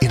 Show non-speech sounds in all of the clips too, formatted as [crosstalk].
in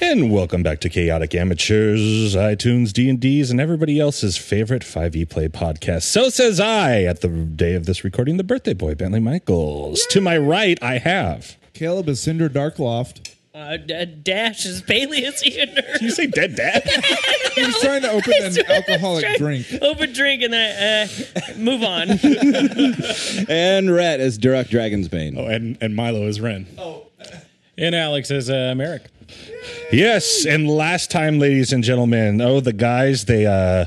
And welcome back to Chaotic Amateurs, iTunes, D&Ds, and everybody else's favorite 5e play podcast. So says I at the day of this recording, the birthday boy, Bentley Michaels. To my right, I have... [laughs] Caleb is Cinder Darkloft. Uh, d- Dash is Bailey is [laughs] Eater. Did you say dead dad? He's [laughs] trying to open an alcoholic drink. Open drink and then uh, move on. [laughs] And Rhett is Durok Dragonsbane. Oh, and, and Milo is Ren. Oh. And Alex is uh, Merrick. Yes, and last time, ladies and gentlemen, oh the guys, they uh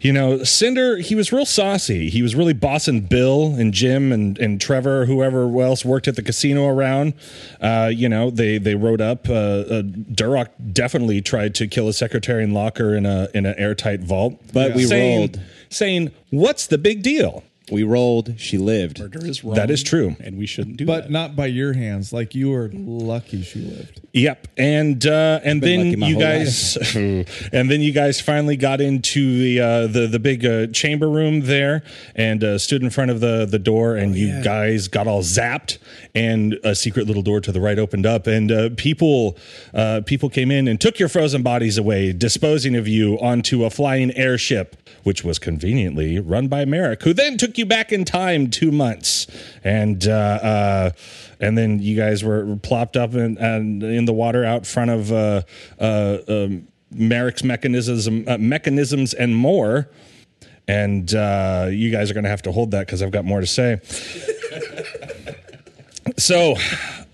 you know, Cinder, he was real saucy. He was really bossing Bill and Jim and, and Trevor, whoever else worked at the casino around. Uh, you know, they they rode up. Uh, uh, Durock definitely tried to kill a secretary and locker in a in an airtight vault. But we saying, rolled. saying, "What's the big deal?" We rolled. She lived. Murder is wrong. That is true. And we shouldn't do But that. not by your hands. Like you were lucky she lived. Yep, and uh, and been lucky then my you whole guys, [laughs] and then you guys finally got into the uh, the the big uh, chamber room there, and uh, stood in front of the the door, and Oh, you guys got all zapped, and a secret little door to the right opened up, and uh, people uh, people came in and took your frozen bodies away, disposing of you onto a flying airship, which was conveniently run by Merrick, who then took you back in time two months, and. Uh, uh, and then you guys were were plopped up in, and in the water out front of uh, uh, um, Merrick's mechanism, uh, mechanisms and more. And uh, you guys are going to have to hold that because I've got more to say. [laughs] so,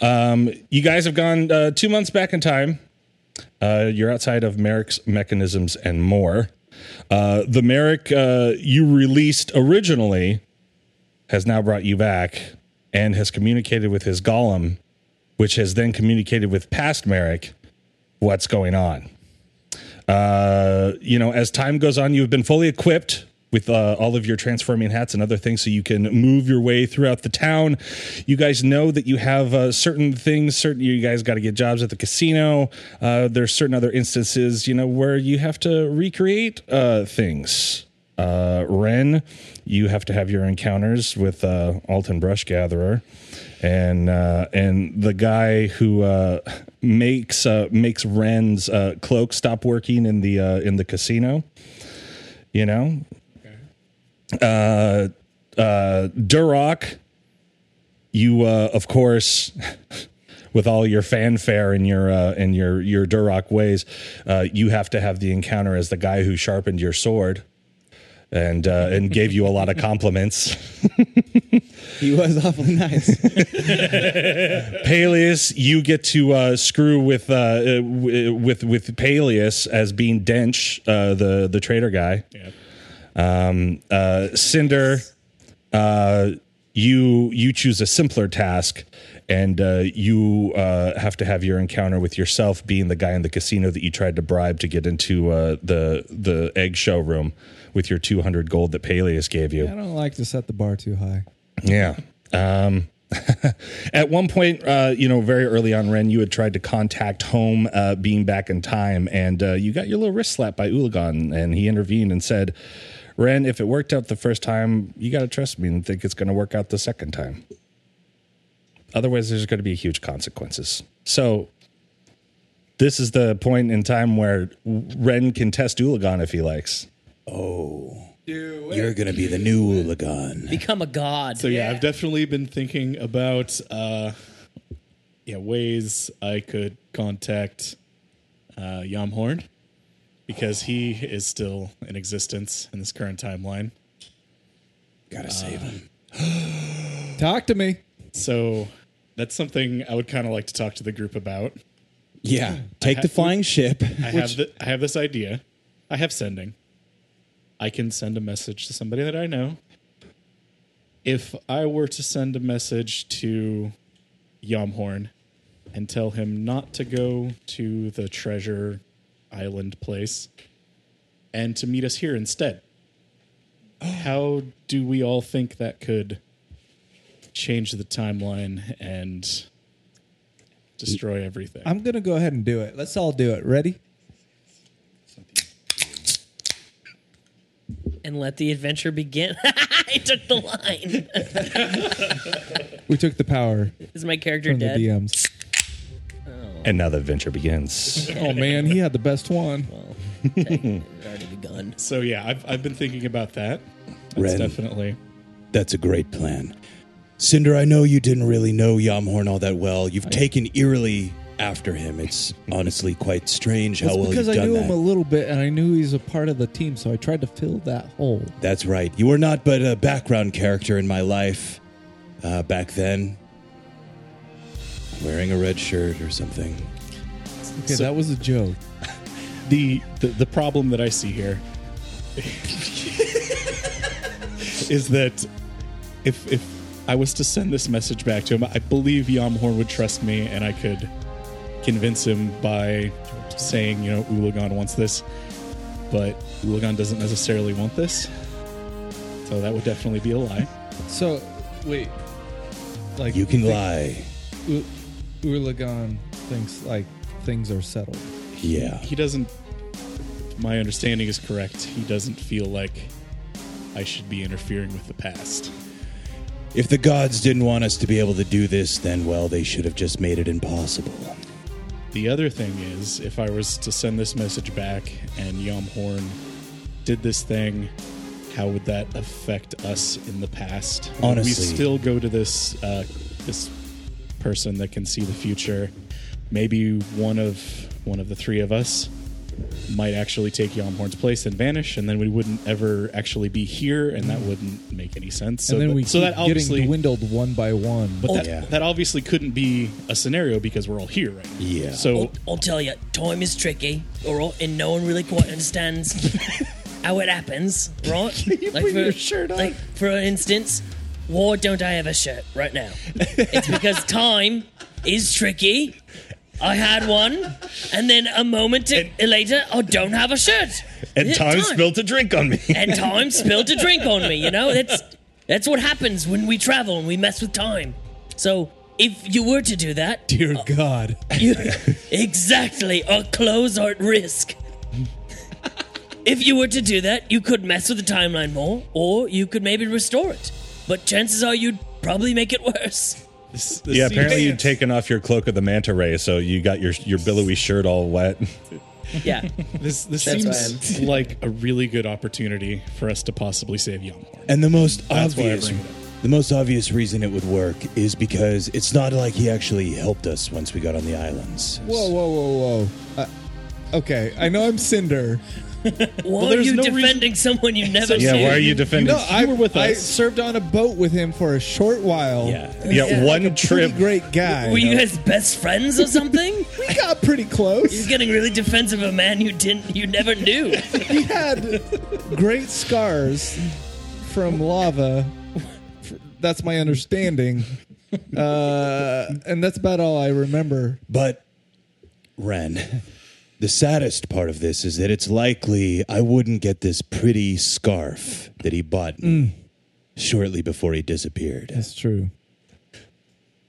um, you guys have gone uh, two months back in time. Uh, you're outside of Merrick's mechanisms and more. Uh, the Merrick uh, you released originally has now brought you back and has communicated with his golem, which has then communicated with past Merrick what's going on. Uh, you know, as time goes on, you've been fully equipped with uh, all of your transforming hats and other things so you can move your way throughout the town. You guys know that you have uh, certain things, certain you guys got to get jobs at the casino. Uh, there's certain other instances, you know, where you have to recreate uh, things uh, Ren, you have to have your encounters with uh, Alton Brush Gatherer, and uh, and the guy who uh, makes uh, makes Ren's uh, cloak stop working in the uh, in the casino. You know, uh, uh, Durock, you uh, of course. [laughs] With all your fanfare and your uh, and your your Durock ways, uh, you have to have the encounter as the guy who sharpened your sword and uh, and gave you a lot of compliments. He was awfully nice. Peleus, you get to uh, screw with uh, uh, w- with with Peleus as being Dench, uh, the the traitor guy. Um, uh, Cinder, uh, you you choose a simpler task, and uh, you uh, have to have your encounter with yourself, being the guy in the casino that you tried to bribe to get into uh, the the egg showroom with your two hundred gold that Peleus gave you. I don't like to set the bar too high. Yeah. Um, [laughs] at one point, uh, you know, very early on, Ren, you had tried to contact home, uh, being back in time, and uh, you got your little wrist slapped by Ulagon, and he intervened and said, "Ren, if it worked out the first time, you got to trust me and think it's going to work out the second time. Otherwise, there's going to be huge consequences." So. This is the point in time where Ren can test Ulagon if he likes. [laughs] You're gonna be the new Ulagon. Become a god. so yeah, I've definitely been thinking about uh, yeah ways I could contact uh, Yamhorn because he is still in existence in this current timeline. Gotta save uh, him. Talk to me. So that's something I would kind of like to talk to the group about. Yeah, take the flying ship. I have th- I have this idea. I have sending. I can send a message to somebody that I know. If I were to send a message to Yomhorn and tell him not to go to the treasure island place and to meet us here instead. How do we all think that could change the timeline and destroy everything? I'm gonna go ahead and do it. Let's all do it. Ready? and let the adventure begin. [laughs] I took the line. We took the power Is my character from the dead? DMs. And now the adventure begins. Oh man, he had the best one. It's already begun. so yeah, I've I've been thinking about that. That's Ren, definitely that's a great plan. Cinder, I know you didn't really know Yamhorn all that well. You've taken eerily after him. It's honestly quite strange how It's well you've because done I knew that. him a little bit, and I knew he's a part of the team, so I tried to fill that hole. That's right. You were not but a background character in my life uh, back then. Wearing a red shirt or something. Okay, that was a joke. the, the the problem that I see here [laughs] is that if if I was to send this message back to him, I believe Yamhorn would trust me, and I could convince him by saying, you know, Ulagon wants this, but Ulagon doesn't necessarily want this. So that would definitely be a lie. So, wait, like You can lie. U- Urlagan thinks like things are settled. Yeah. he doesn't my understanding is correct he doesn't feel like i should be interfering with the past If the gods didn't want us to be able to do this, then, well, they should have just made it impossible. the other thing is if i was to send this message back and yomhorn did this thing how would that affect us in the past Would we Honestly. still go to this uh, this person that can see the future maybe one of one of the three of us might actually take Yomhorn's place and vanish, and then we wouldn't ever actually be here, and that wouldn't make any sense. Mm. So, and then th- we so keep that obviously, getting dwindled one by one. but that, Yeah. that obviously couldn't be a scenario because we're all here right now. Yeah. Oh, So I'll tell you, time is tricky, all right, and no one really [laughs] quite understands how it happens, right? like for, Like, for instance, why don't I have a shirt right now? it's [laughs] because time is tricky. I had one, and then a moment to- later, I don't have a shirt. And Yeah, time spilled a drink on me. And time spilled a drink on me. You know, that's that's what happens when we travel and we mess with time. So if you were to do that, Dear uh, God, you, exactly. Our clothes are at risk. if you were to do that, you could mess with the timeline more, or you could maybe restore it. But chances are you'd probably make [laughs] it worse. this, this yeah, seems- apparently you'd taken off your cloak of the manta ray, so you got your your billowy shirt all [laughs] wet. Yeah. this this That's seems [laughs] like a really good opportunity for us to possibly save Yomhorn. And the most That's why I obvious bring it up. the most obvious reason it would work is because it's not like he actually helped us once we got on the islands. whoa, whoa, whoa, whoa. Uh, okay, I know I'm Cinder. Why are there's you no reason- defending someone you've never Yeah, seen? why are you defending? No, I were with I us- served on a boat with him for a short while. Yeah. yeah, one pretty trip. great guy. Were you guys best friends [laughs] or something? we got pretty [laughs] He's close. getting really defensive of a man you didn't, you never knew. he had great scars from lava. F- That's my understanding, uh, and that's about all I remember. But Ren, the saddest part of this is that it's likely I wouldn't get this pretty scarf that he bought Mm. me shortly before he disappeared. That's true.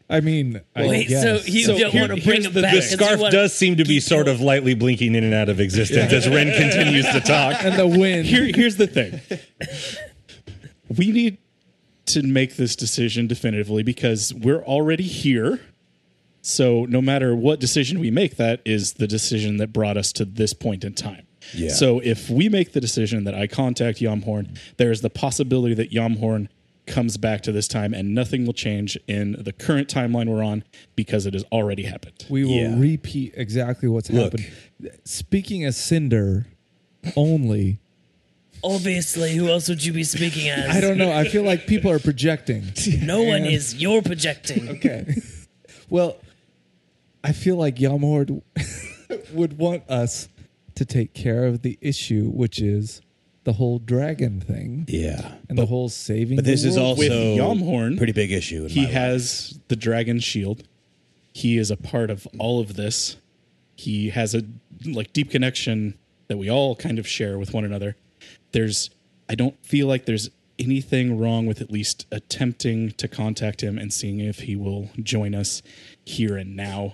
I mean, I Wait, guess. so you So don't here- want to bring here's him the- back? The It's scarf what- does seem to be sort of lightly blinking in and out of existence as Ren continues to talk. and the wind. Here, here's the thing. [laughs] we need to make this decision definitively because we're already here. So no matter what decision we make, that is the decision that brought us to this point in time. Yeah. So if we make the decision that I contact Yomhorn, there is the possibility that Yomhorn comes back to this time and nothing will change in the current timeline we're on because it has already happened. we will Yeah. repeat exactly what's Look. happened. Speaking as Cinder only, Obviously, who else would you [laughs] be speaking as? I don't know. I feel like people are projecting. [laughs] No one is. You're projecting. Okay. Well, I feel like Yamhord would want us to take care of the issue, which is the whole dragon thing Yeah. and the whole saving. But this the is world. also Yamhorn, pretty big issue. In He my life. has the dragon shield. He is a part of all of this. He has a like deep connection that we all kind of share with one another. There's I don't feel like there's anything wrong with at least attempting to contact him and seeing if he will join us here and now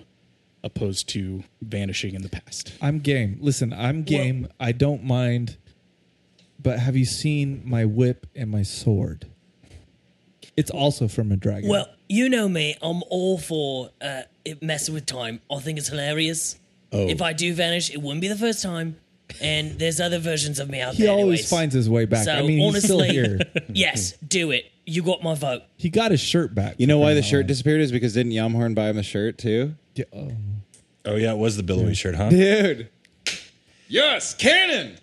opposed to vanishing in the past. I'm game. Listen, I'm game. I don't mind. But have you seen my whip and my sword? It's also from a dragon. Well, you know me. I'm all for uh, it messing with time. I think it's hilarious. Oh. If I do vanish, it wouldn't be the first time. And there's other versions of me out he there. always anyways. finds his way back. So I mean, he's still honestly, here. [laughs] yes, do it. You got my vote. He got his shirt back. You know why the shirt disappeared is because didn't Yamhorn buy him a shirt too? [laughs] Oh yeah, it was the billowy shirt, huh? Dude. Yes, cannon.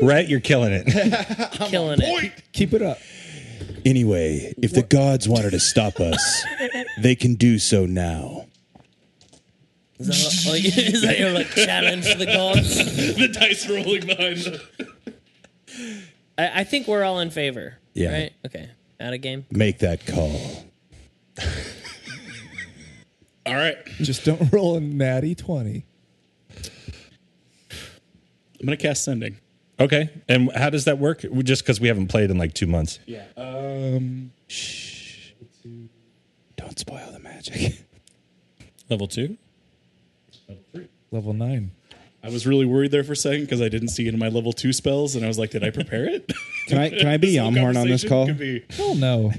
Rhett, you're killing it. Killing it. Keep it up. [laughs] Anyway, if the gods wanted to stop [laughs] us, they can do so now. Is that, [laughs] like, [laughs] is that your like challenge to the gods? [laughs] the dice rolling behind the I, I think we're all in favor. Yeah. Right? Okay. Out of game. Make that call. All right. Just don't [laughs] roll a natty 20. I'm gonna cast sending. okay, and how does that work? We- Just because we haven't played in like two months. Yeah. Um Don't spoil the magic. Level two. [laughs] Level 9. I was really worried there for a second because I didn't see it in my level two spells, and I was like, "Did I prepare it?" Can I can I [laughs] be Yamhorn on this Conversation call? could be- Hell no.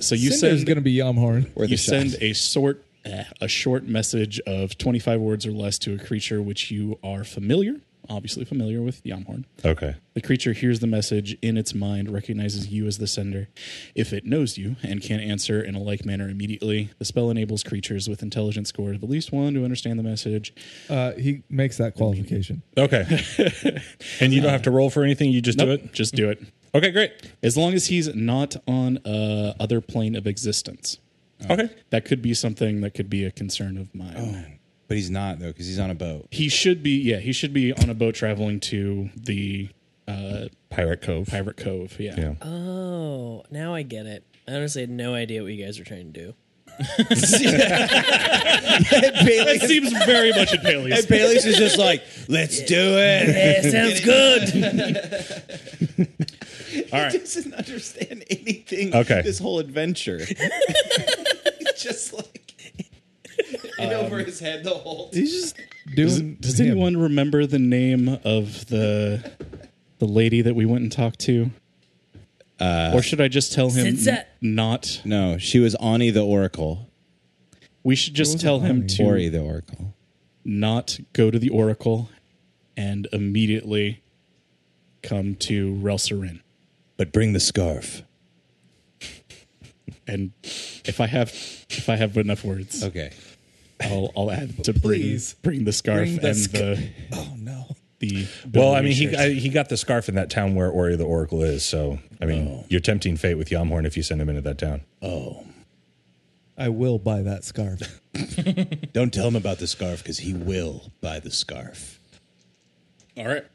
So you Cinder's send going to be Yamhorn. Or the you shot? send a short eh, a short message of twenty five words or less to a creature which you are familiar, obviously familiar with Yamhorn. Okay. The creature hears the message in its mind, recognizes you as the sender if it knows you, and can answer in a like manner immediately. The spell enables creatures with intelligence scores of at least one to understand the message. Uh, he makes that qualification. Okay. and you don't have to roll for anything. You just do Nope, it. Just do it. Okay, great. As long as he's not on uh, other plane of existence. Okay. Oh, That could be something that could be a concern of mine. But he's not though, because he's on a boat. [laughs] He should be, yeah, he should be on a boat traveling to the uh, Pirate Cove. Pirate Cove. Yeah. Yeah. Oh, now I get it. I honestly had no idea what you guys were trying to do. That seems very much at Paley's. Bailey's is just like, let's do it. Yeah, sounds good. All right. doesn't understand anything. Okay. [laughs] This whole adventure. he's just like in over his head the whole. time. He's just doing. Does him. anyone remember the name of the the lady that we went and talked to? or should I just tell him Sinset. n- not? Uh, No, she was Ani the Oracle. We should just tell him to Ori the Oracle. not go to the Oracle and immediately come to Relsarin. But bring the scarf. And if I have if I have enough words, Okay. I'll I'll add to bring Please. bring the scarf Bring the and sc- the Oh, no. the Well, I mean, he shirt. I, he got the scarf in that town where Ori the Oracle is. So, I mean, you're tempting fate with Yamhorn if you send him into that town. I will buy that scarf. Don't tell him about the scarf because he will buy the scarf. all right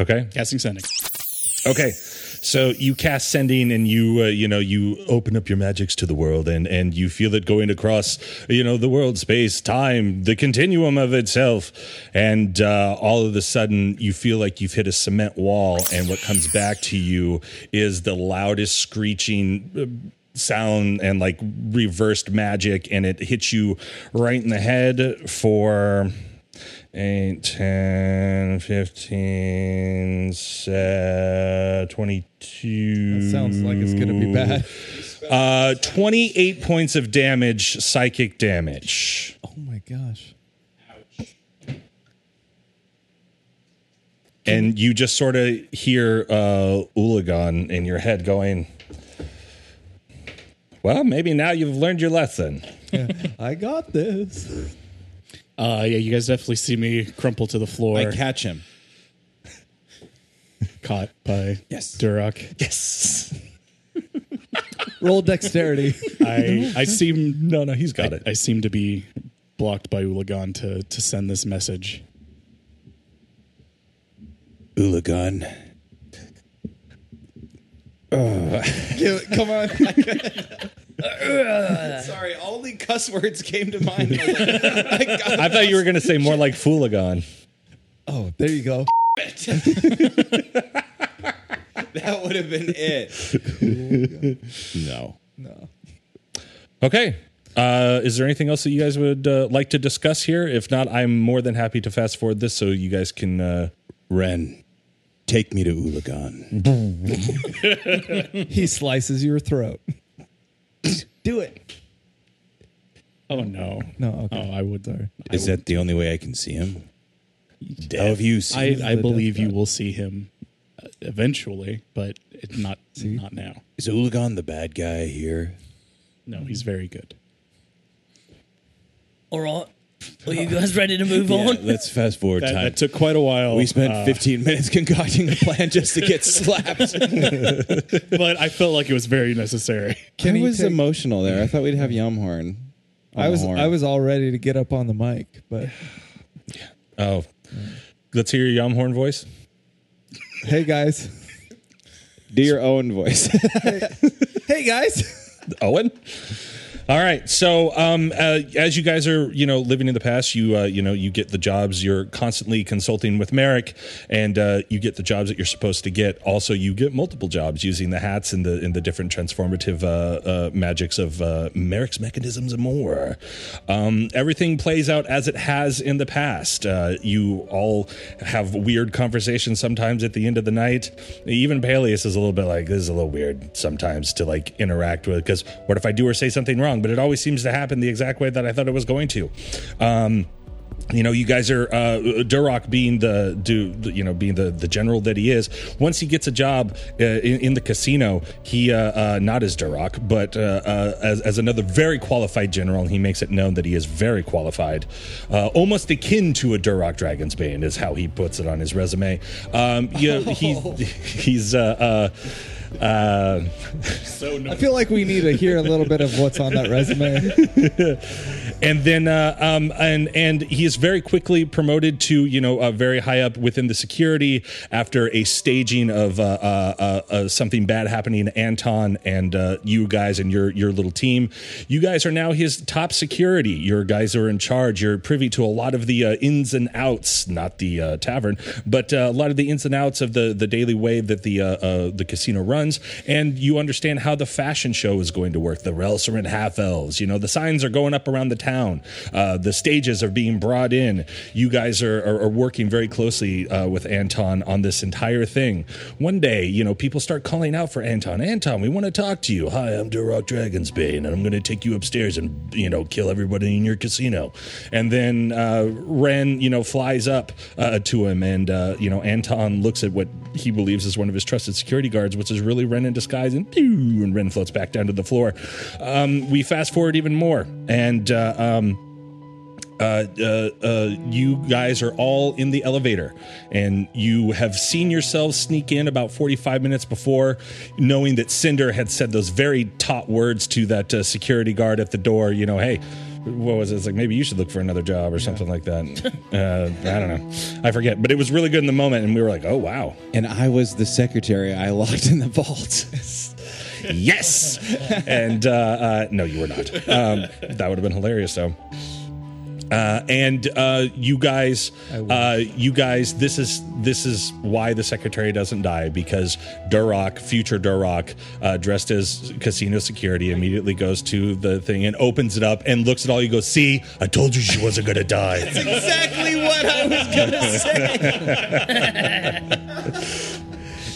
Okay. casting sending. Okay, so you cast sending, and you uh, you know you open up your magics to the world, and and you feel it going across you know the world, space, time, the continuum of itself, and uh, all of a sudden you feel like you've hit a cement wall, and what comes back to you is the loudest screeching. uh, Sound and like reversed magic, and it hits you right in the head for 8, 10, 15, se- 22. That sounds like it's going to be bad. Uh, 28 points of damage, psychic damage. Oh, my gosh. And you just sort of hear uh, Ulagon in your head going, Well, maybe now you've learned your lesson. I got this. Uh, yeah, you guys definitely see me crumple to the floor, I catch him. caught by Yes. Duroc. Yes. Roll [laughs] dexterity. I I seem No, no, he's got I, it. I seem to be blocked by Ulagan to to send this message. Ulagan, Give it- Come on. sorry. Only cuss words came to mind. I, was like, I got I thought you were going to say more like Foolagon. [laughs] Oh, there you go. that would have been it. No. No. Okay. Uh, is there anything else that you guys would uh, like to discuss here? If not, I'm more than happy to fast forward this so you guys can. Uh, Ren, take me to Ulagan. He slices your throat. [laughs] Do it. Oh no. No, okay. Oh, I would. Sorry. Is that the only way I can see him? How have you I, seen? I believe you will see him uh, eventually, but it, not not now. is Ulagan the bad guy here? No, he's very good. All right. Are you guys ready to move [laughs] Yeah, on? let's fast forward That, time. that took quite a while. we spent uh, 15 minutes concocting a plan just [laughs] to get slapped. [laughs] but I felt like it was very necessary. Can I you was take- emotional there. I thought we'd have Yumhorn. I was horn. I was all ready to get up on the mic, [sighs] but oh. Let's hear your Yamhorn voice. hey [laughs] guys. Do your own [laughs] voice. Hey guys. Owen. All right. So, um, uh, as you guys are, you know, living in the past, you, uh, you know, you get the jobs. You're constantly consulting with Merrick, and uh, you get the jobs that you're supposed to get. Also, you get multiple jobs using the hats and the and the different transformative uh, uh, magics of uh, Merrick's mechanisms and more. Um, everything plays out as it has in the past. Uh, you all have weird conversations sometimes at the end of the night. Even Peleus is a little bit like, this is a little weird sometimes to like interact with because what if I do or say something wrong? But it always seems to happen the exact way that I thought it was going to. Um, you know, you guys are uh, Duroc being the do you know being the the general that he is. Once he gets a job uh, in, in the casino, he uh, uh, not as Duroc, but uh, uh, as, as another very qualified general, and he makes it known that he is very qualified, uh, almost akin to a Duroc Dragon's Bane is how he puts it on his resume. Um, you know, he he's uh, uh, uh, I feel like we need to hear a little bit of what's on that [laughs] resume. and then uh, um, and and he is very quickly promoted to you know uh, very high up within the security after a staging of uh, uh, uh, uh, something bad happening to Anton and uh, you guys and your your little team. You guys are now his top security. Your guys are in charge. You're privy to a lot of the uh, ins and outs, not the uh, tavern, but uh, a lot of the ins and outs of the the daily way that the uh, uh, the casino runs, and you understand how the fashion show is going to work. The Relserant half elves, you know, the signs are going up around the town. Uh, the stages are being brought in. You guys are, are, are working very closely uh, with Anton on this entire thing. One day, you know, people start calling out for Anton. Anton, we want to talk to you. Hi, I'm Durok Dragonsbane, and I'm going to take you upstairs and, you know, kill everybody in your casino. And then uh, Ren, you know, flies up uh, to him, and, uh, you know, Anton looks at what he believes is one of his trusted security guards, which is really Ren in disguise, and pew, and Ren floats back down to the floor. Um, we fast forward even more, and uh, um, uh, uh, uh, you guys are all in the elevator and you have seen yourselves sneak in about 45 minutes before, knowing that Cinder had said those very taut words to that uh, security guard at the door, you know, hey, what was it? It's like maybe you should look for another job or something like that. [laughs] Uh, I don't know. I forget. But it was really good in the moment. And we were like, oh, wow. and I was the secretary I locked in the [laughs] vault. yes and uh, uh, no you were not um, that would have been hilarious though uh, and uh, you guys uh, you guys this is this is why the secretary doesn't die because duroc future duroc uh, dressed as casino security immediately goes to the thing and opens it up and looks at all you go see i told you she wasn't gonna die Exactly what I was [laughs] gonna say.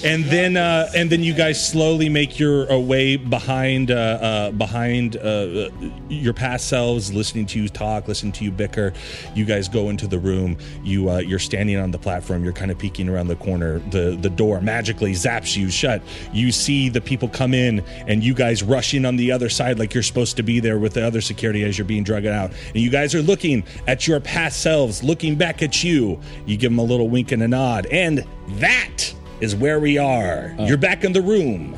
and then uh, and then you guys slowly make your uh, way behind uh, uh, behind uh, uh, your past selves, listening to you talk, listening to you bicker. You guys go into the room. You uh, you're standing on the platform. You're kind of peeking around the corner. The the door magically zaps you shut. You see the people come in, and you guys rush in on the other side like you're supposed to be there with the other security as you're being drugged out. And you guys are looking at your past selves, looking back at you. You give them a little wink and a nod, and that is where we are. Oh. You're back in the room.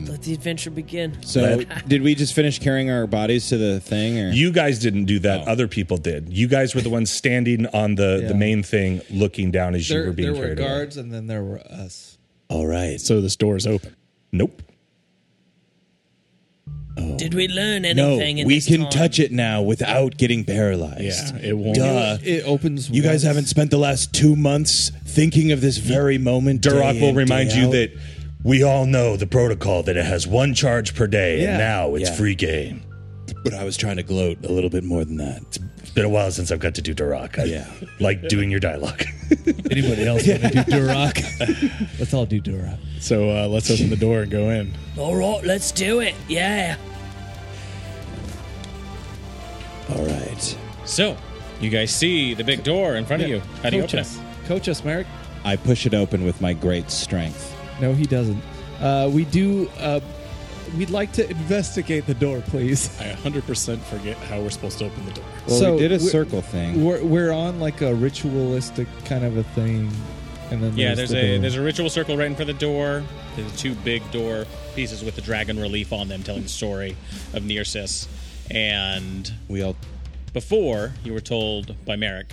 Let the adventure begin. So did we just finish carrying our bodies to the thing? Or? You guys didn't do that. Oh. Other people did. You guys were the ones standing on the, the main thing, looking down as you There, were being there were carried away. guards and then there were us. All right. So this door is open. Nope. Did we learn No, anything? in we this can time? touch it now without getting Yeah, paralyzed. it won't. Duh. It opens. You once. guys haven't spent the last two months thinking of this very moment. Duroc day will in, remind day you out. that we all know the protocol that it has one charge per day, Yeah. and now it's Yeah. free game. But I was trying to gloat a little bit more than that. It's been a while since I've got to do Duroc. I Yeah. like doing your dialogue. Anybody else want to do Duroc? Let's all do Duroc. So uh, let's open the door and go in. All right, let's do it. Yeah. All right. So, you guys see the big door in front of you. How do you open it? Coach us, Merrick. I push it open with my great strength. No, he doesn't. Uh, we do. Uh, we'd like to investigate the door, please. I 100% forget how we're supposed to open the door. Well, So we did a we're- circle thing. We're, we're on like a ritualistic kind of a thing, and then Yeah, there's a door. there's a ritual circle right in front of the door. There's two big door pieces with the dragon relief on them, telling the story of Nearsis. And We all before you were told by Merrick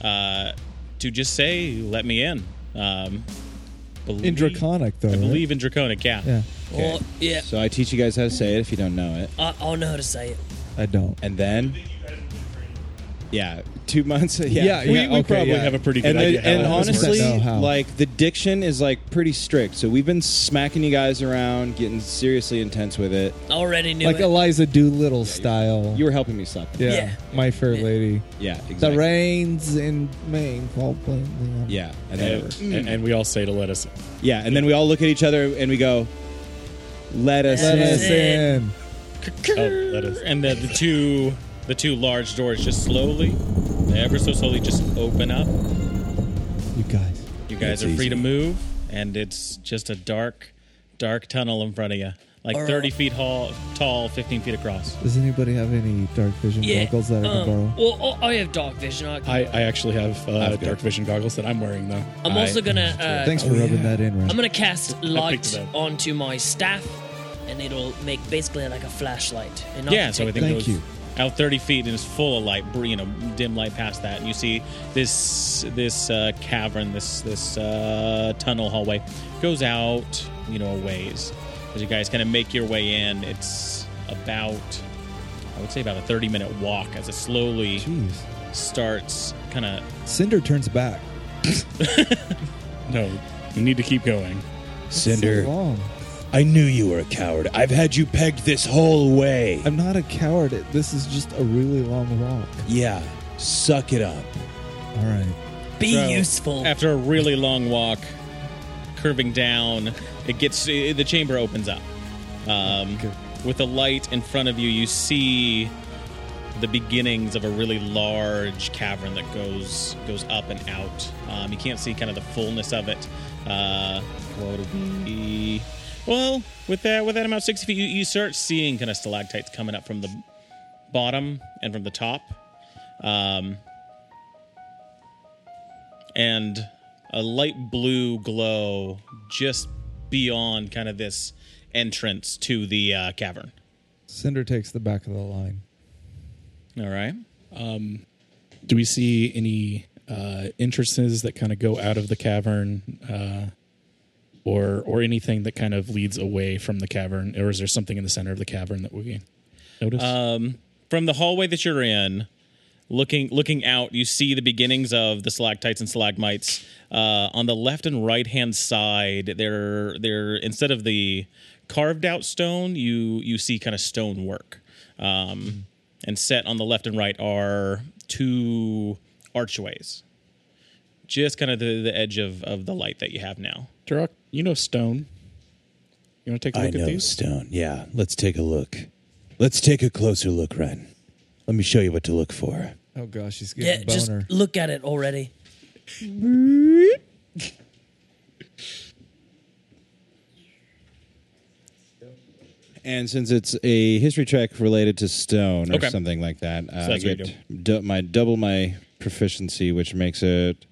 uh, to just say, "Let me in." Um, believe- in draconic though. I right? believe in draconic. Yeah. Yeah, Or, yeah. So I teach you guys how to say it if you don't know it. I, I'll know how to say it. I don't. And then Yeah, 2 months. [laughs] Yeah. Yeah, We, yeah, we okay, probably yeah. have a pretty good And, the- idea. how and this works. honestly, No, how? like the diction is like pretty strict. So we've been smacking you guys around, getting seriously intense with it. I already knew Like it. Eliza Doolittle style. You were helping me stop. That. yeah, Yeah. My Fair Lady. Yeah, The exactly. rains in Maine fall plainly on- Yeah, and then Mm. And, and- and we all say to let us. in. yeah, and then we all look at each other and we go, "Let us Let in." us in. Oh, that is. And the, the two the two large doors just slowly, ever so slowly, just open up. You guys. You guys It's are free easy. to move, and it's just a dark, dark tunnel in front of you, like All right. 30 feet hall, tall, 15 feet across. Does anybody have any dark vision yeah. goggles that I can um, borrow? Well, I I have dark vision. I, I, I actually have uh, I've got- dark vision goggles that I'm wearing though. I'm also gonna. Uh, Thanks for rubbing that in, I'm right? gonna cast light it up. onto my staff, and it'll make basically like a flashlight. And I yeah, can so I take think Thank it goes you. out 30 feet and it's full of light, br- you know, dim light past that, and you see this this uh, cavern, this this uh, tunnel hallway goes out, you know, a ways. As you guys kind of make your way in, it's about, I would say, about a 30 minute walk as it slowly Jeez. starts kind of Cinder turns back. No, you need to keep going. Cinder, So long. I knew you were a coward. I've had you pegged this whole way. I'm not a coward. This is just a really long walk. yeah, suck it up. All right. be So, useful. After a really long walk, curving down, it gets eh, the chamber opens up. Um, With the light in front of you, you see the beginnings of a really large cavern that goes goes up and out. Um, you can't see kind of the fullness of it. Uh, what would be? Well, with that with that amount, sixty feet, you, you start seeing kind of stalactites coming up from the bottom and from the top. Um, and a light blue glow just beyond kind of this entrance to the uh, cavern. Cinder takes the back of the line. All right. Do we see any uh, entrances that kind of go out of the cavern, uh, or or anything that kind of leads away from the cavern, or is there something in the center of the cavern that we notice? From the hallway that you're in, looking looking out, you see the beginnings of the stalactites and stalagmites. Uh, on the left and right hand side, they're they're instead of the carved out stone, you you see kind of stone work. Um, and set on the left and right are two archways. Just kind of the, the edge of, of the light that you have now. Turok, you know stone. You want to take a I look know at these? stone. Yeah, let's take a look. Let's take a closer look, Ren. Let me show you what to look for. Oh gosh, she's yeah, getting just boner. look at it already. And since it's a history check related to stone or Okay. something like that, uh, I that's what get you du- my double my proficiency, which makes it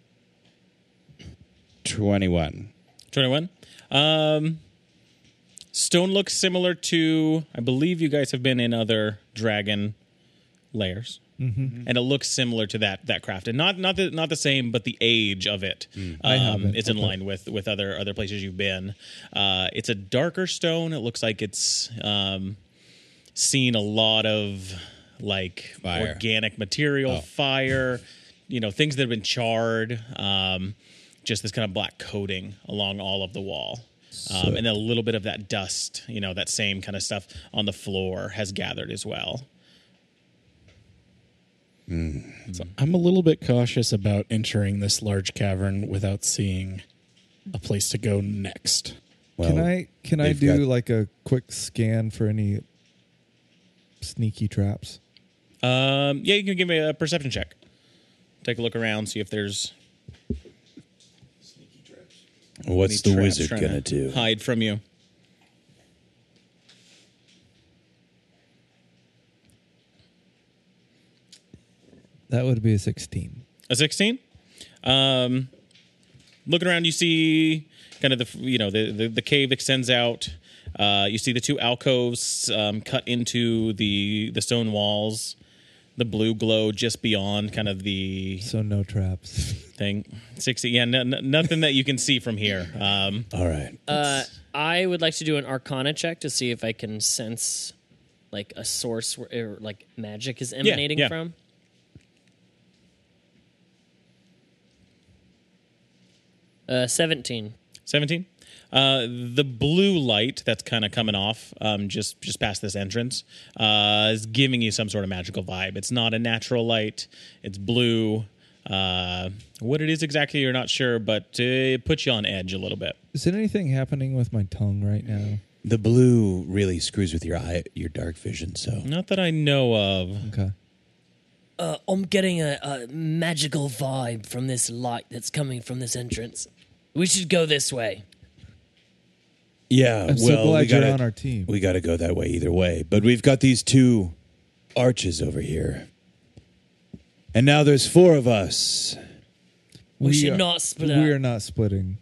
twenty-one. 21. Um, stone looks similar to, I believe you guys have been in other dragon layers. Mm-hmm. And it looks similar to that that craft, and not not the not the same, but the age of it um, haven't. is in line with with other other places you've been. Uh, it's a darker stone. It looks like it's um, seen a lot of like Fire. Oh. organic material, fire, you know, things that have been charred, um, just this kind of black coating along all of the wall. Um, and then a little bit of that dust, you know, that same kind of stuff on the floor has gathered as well. I'm a little bit cautious about entering this large cavern without seeing a place to go next. Well, Can I can I they've do got- like a quick scan for any sneaky traps? Um, yeah, you can give me a perception check. Take a look around, see if there's What's the traps wizard trying gonna to do? hide from you. That would be a sixteen. A 16. Um, looking around, you see kind of the you know the the, the cave extends out. Uh, you see the two alcoves um, cut into the the stone walls. The blue glow just beyond kind of the So no [laughs] traps. thing. 60. Yeah, no, no- nothing that you can see from here. Um, All right. Uh, I would like to do an Arcana check to see if I can sense like a source where or, like magic is emanating yeah. from. Uh, seventeen. 17 uh, the blue light that's kind of coming off um, just just past this entrance uh, is giving you some sort of magical vibe it's not a natural light it's blue uh, what it is exactly you're not sure but uh, it puts you on edge a little bit Is there anything happening with my tongue right now? The blue really screws with your eye, your dark vision. So not that i know of Okay. Uh, I'm getting a, a magical vibe from this light that's coming from this entrance. We should go this way. yeah, I'm well, so we glad gotta, you're on our team. We got to go that way either way. But we've got these two arches over here, and now there's four of us. We, should are- not split We are up. not splitting.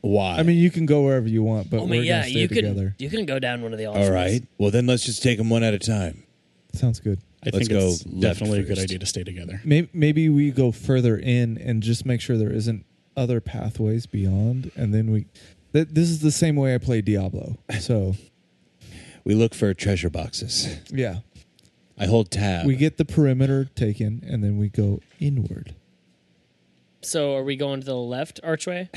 Why? I mean, you can go wherever you want, but I we're mean, Oh, yeah, gonna stay you together. can you can go down one of the arches. all right. Well, then let's just take them one at a time. Sounds good. I Let's think it's go left definitely a good first. idea to stay together. Maybe, maybe we go further in and just make sure there isn't other pathways beyond, and then we. Th- this is the same way I play Diablo. So We look for treasure boxes. yeah, I hold tab. we get the perimeter taken, and then we go inward. So are we going to the left archway?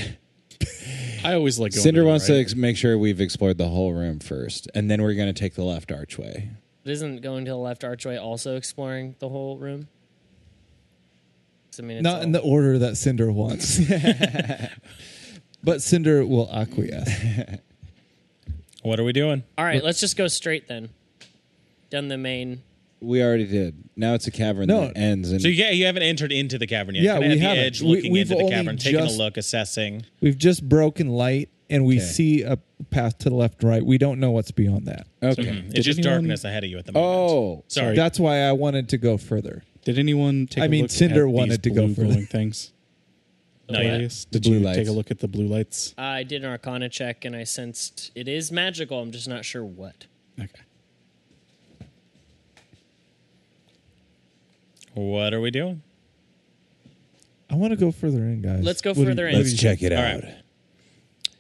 I always like going Cinder to the wants right. to ex- make sure we've explored the whole room first, and then we're going to take the left archway. But isn't going to the left archway also exploring the whole room? 'Cause, I mean, it's Not in the all- order that Cinder wants, [laughs] but Cinder will acquiesce. what are we doing All right, let's just go straight then. Down the main. We already did. Now it's a cavern No. that ends. And so yeah you haven't entered into the cavern yet Yeah, Kinda we at the haven't. edge We- looking we've into the only cavern taking a just- look assessing We've just broken light, and we Okay. see a path to the left, and right. We don't know what's beyond that. okay. it's just anyone- darkness ahead of you at the moment Oh, sorry That's why I wanted to go further. Did anyone take I a mean, look Cinder at these wanted to go blue for that. glowing things? No, yeah. Elias, The Did blue you lights. take a look at the blue lights? I did an Arcana check and I sensed it is magical. I'm just not sure what. Okay. what are we doing I want to go further in, guys. Let's go What do you- further in. [laughs] Let's check it All out. right.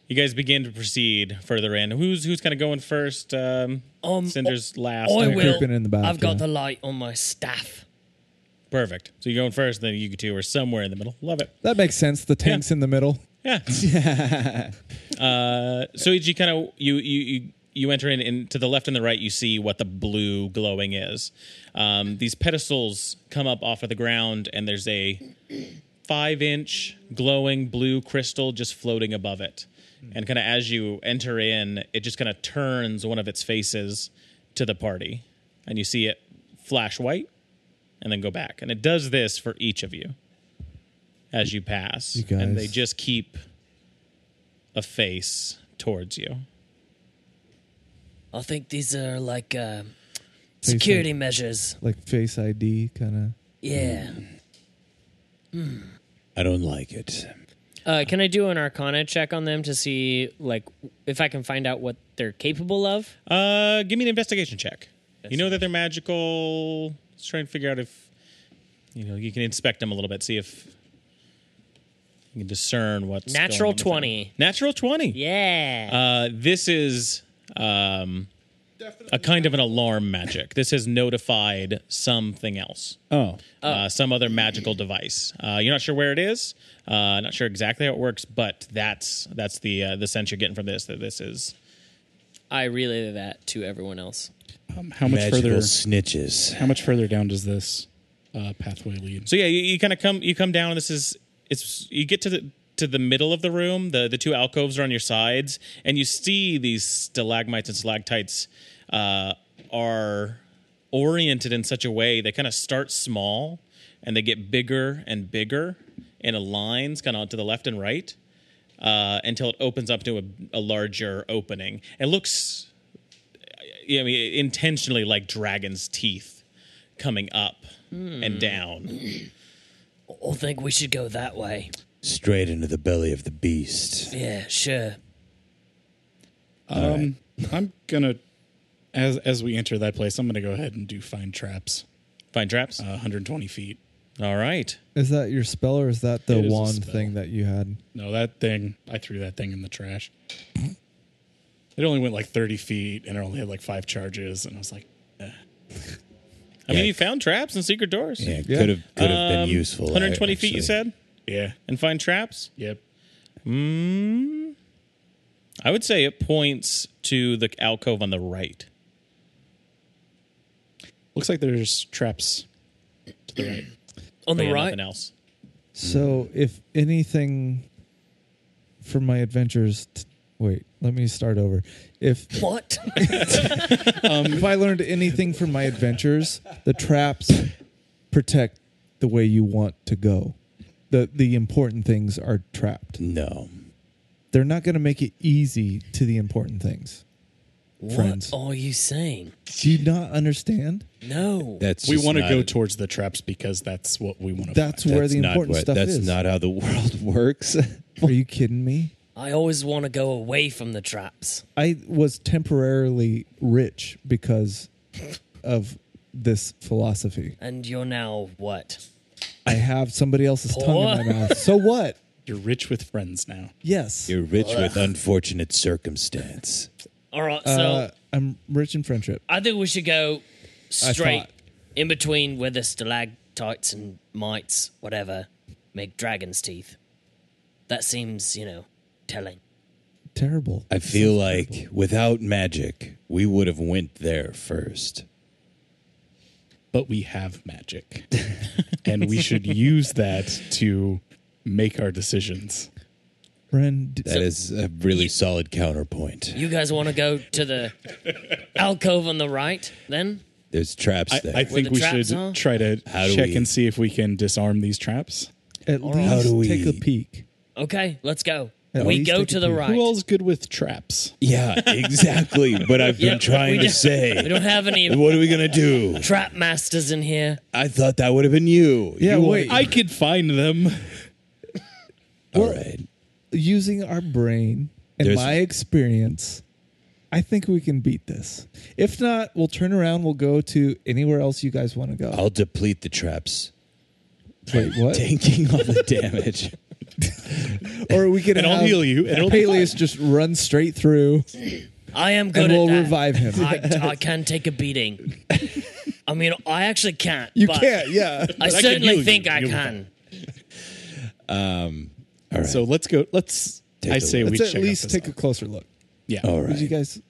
you guys begin to proceed further in who's who's kind of going first um, Um, cinder's last I Okay. will. creeping in the back, I've got yeah. the light on my staff. Perfect. So you're going first, then you two are somewhere in the middle. Love it. That makes sense. The tank's in the middle. Yeah. uh, so as you kind of you you you you enter in, and to the left and the right, you see what the blue glowing is. Um, these pedestals come up off of the ground, and there's a five inch glowing blue crystal just floating above it. And kind of as you enter in, it just kind of turns one of its faces to the party, and you see it flash white, and then go back. And it does this for each of you as you pass, You and they guys. just keep a face towards you. I think these are like uh, security measures. Like face ID kind Yeah. I don't like it. Uh, can I do an Arcana check on them to see like if I can find out what they're capable of? Uh, give me an investigation check. You know that they're magical. Let's try and figure out if you know you can inspect them a little bit, see if you can discern what's going on Natural with them. 20. Natural twenty. Yeah. Uh, this is Uh, um, a kind of an alarm magic. This has notified something else. Oh. Uh, some other magical device. Uh, you're not sure where it is. Uh, not sure exactly how it works, but that's that's the uh, the sense you're getting from this that this is I relay that to everyone else. Um, how much Magical further? snitches. How much further down does this uh, pathway lead? So yeah, you, you kind of come you come down. This is it's you get to the to the middle of the room. The the two alcoves are on your sides, and you see these stalagmites and stalactites uh, are oriented in such a way they kind of start small and they get bigger and bigger in a lines kind of to the left and right uh, until it opens up to a, a larger opening. It looks I mean, intentionally like dragon's teeth coming up and down. I think we should go that way. Straight into the belly of the beast. Yeah, sure. Um, I'm gonna as as we enter that place, I'm gonna go ahead and do find traps. Find traps. Uh, 120 feet. All right. Is that your spell or is that the It is a wand spell. thing that you had? No, that thing. I threw that thing in the trash. It only went like 30 feet, and it only had like five charges, and I was like, I mean, you found traps and secret doors. Yeah, could have could have been Um, useful. 120 feet, you actually. said, yeah, and find traps. yep. I would say it points to the alcove on the right. Looks like there's traps to the right. On But the yeah, right. nothing else. So if anything from my adventures, t- wait, let me start over. If What? if I learned anything from my adventures, the traps protect the way you want to go. The the important things are trapped. Mm. No. They're not going to make it easy to the important things. [laughs] Friends. What are you saying? Do you not understand? No. That's we just want to not- go towards the traps because that's what we want to. That's that's where the not important what- stuff That's is. not how the [laughs] world works. Are you kidding me? I always want to go away from the traps. I was temporarily rich because of this philosophy. And you're now what? I have somebody else's tongue in my mouth. So what? You're rich with friends now. Yes. You're rich with unfortunate circumstance. All right, so uh, I'm rich in friendship. I think we should go Straight thought- in between where the stalactites and mites, whatever, make dragon's teeth. That seems, you know, telling. Terrible. I feel like without magic, we would have went there first. but we have magic. [laughs] and we should use that to make our decisions. Friend, d- That is a really [laughs] solid counterpoint. you guys want to go to the alcove on the right then? There's traps I, there. I think the we traps should are? try to How do check we- and see if we can disarm these traps. at How do least we- take a peek. Okay, let's go. At we least go take to a the peek. right. Who all's good with traps? yeah, exactly. But I've been Yeah, trying to we don't- We say, don't have any what are we gonna do? trap masters in here. I thought that would have been you. Yeah, You wait. I could find them. All right. Using our brain and There's- my experience, I think we can beat this. If not, we'll turn around. We'll go to anywhere else you guys want to go. I'll deplete the traps, [laughs] Wait, what? tanking all the damage. or we could And I'll have heal you, and it'll be Peleus just run straight through, I am good and at we'll that. revive him. I, [laughs] I can take a beating. I mean, I actually can't. you but can't. Yeah. I can certainly heal you. think I You'll be can. All right. So let's go. Let's. Take I a say look. we Let's check at out least this take a al- closer look. Yeah. all Is you right. guys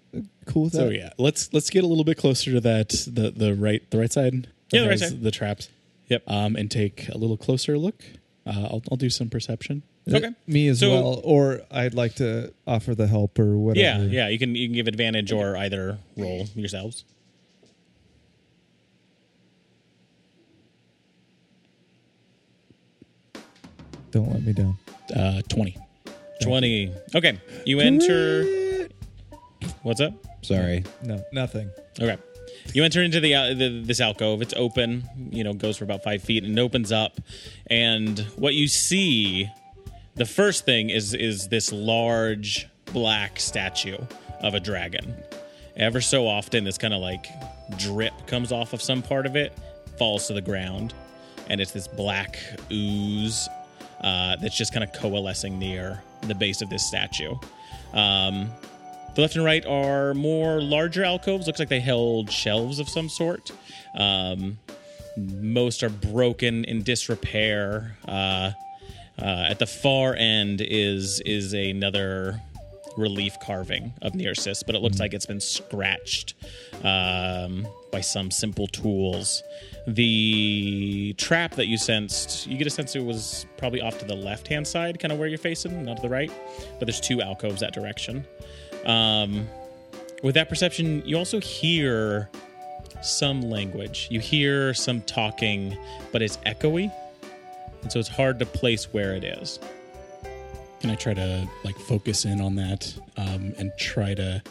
cool with that? So yeah, let's let's get a little bit closer to that the the right the right side. that Yeah, the right has side. The traps. Yep. Uh, Um, and take a little closer look. Uh, I'll I'll do some perception. Okay. Me as So- well. Or I'd like to offer the help or Yeah, whatever. yeah. You can you can give advantage or either roll yourselves. Don't let me down. Uh, Twenty. Twenty. Okay. You enter. What's up? Sorry. No, nothing. Okay. You enter into the, uh, the this alcove. It's open. You know, goes for about five feet and opens up. And what you see, the first thing is is this large black statue of a dragon. Ever so often, this kind of like drip comes off of some part of it, falls to the ground, and it's this black ooze uh, that's just kind of coalescing near the base of this statue. Um, The left and right are more larger alcoves. Looks like they held shelves of some sort. Um, most are broken in disrepair. Uh, uh, at the far end is is another relief carving of Nearsis, but it looks like it's been scratched um, by some simple tools. The trap that you sensed, you get a sense it was probably off to the left hand side, kind of where you're facing, not to the right. But there's two alcoves that direction. Um, with that perception, you also hear some language. You hear some talking, but it's echoey, and so it's hard to place where it is. Can I try to like focus in on that um, and try to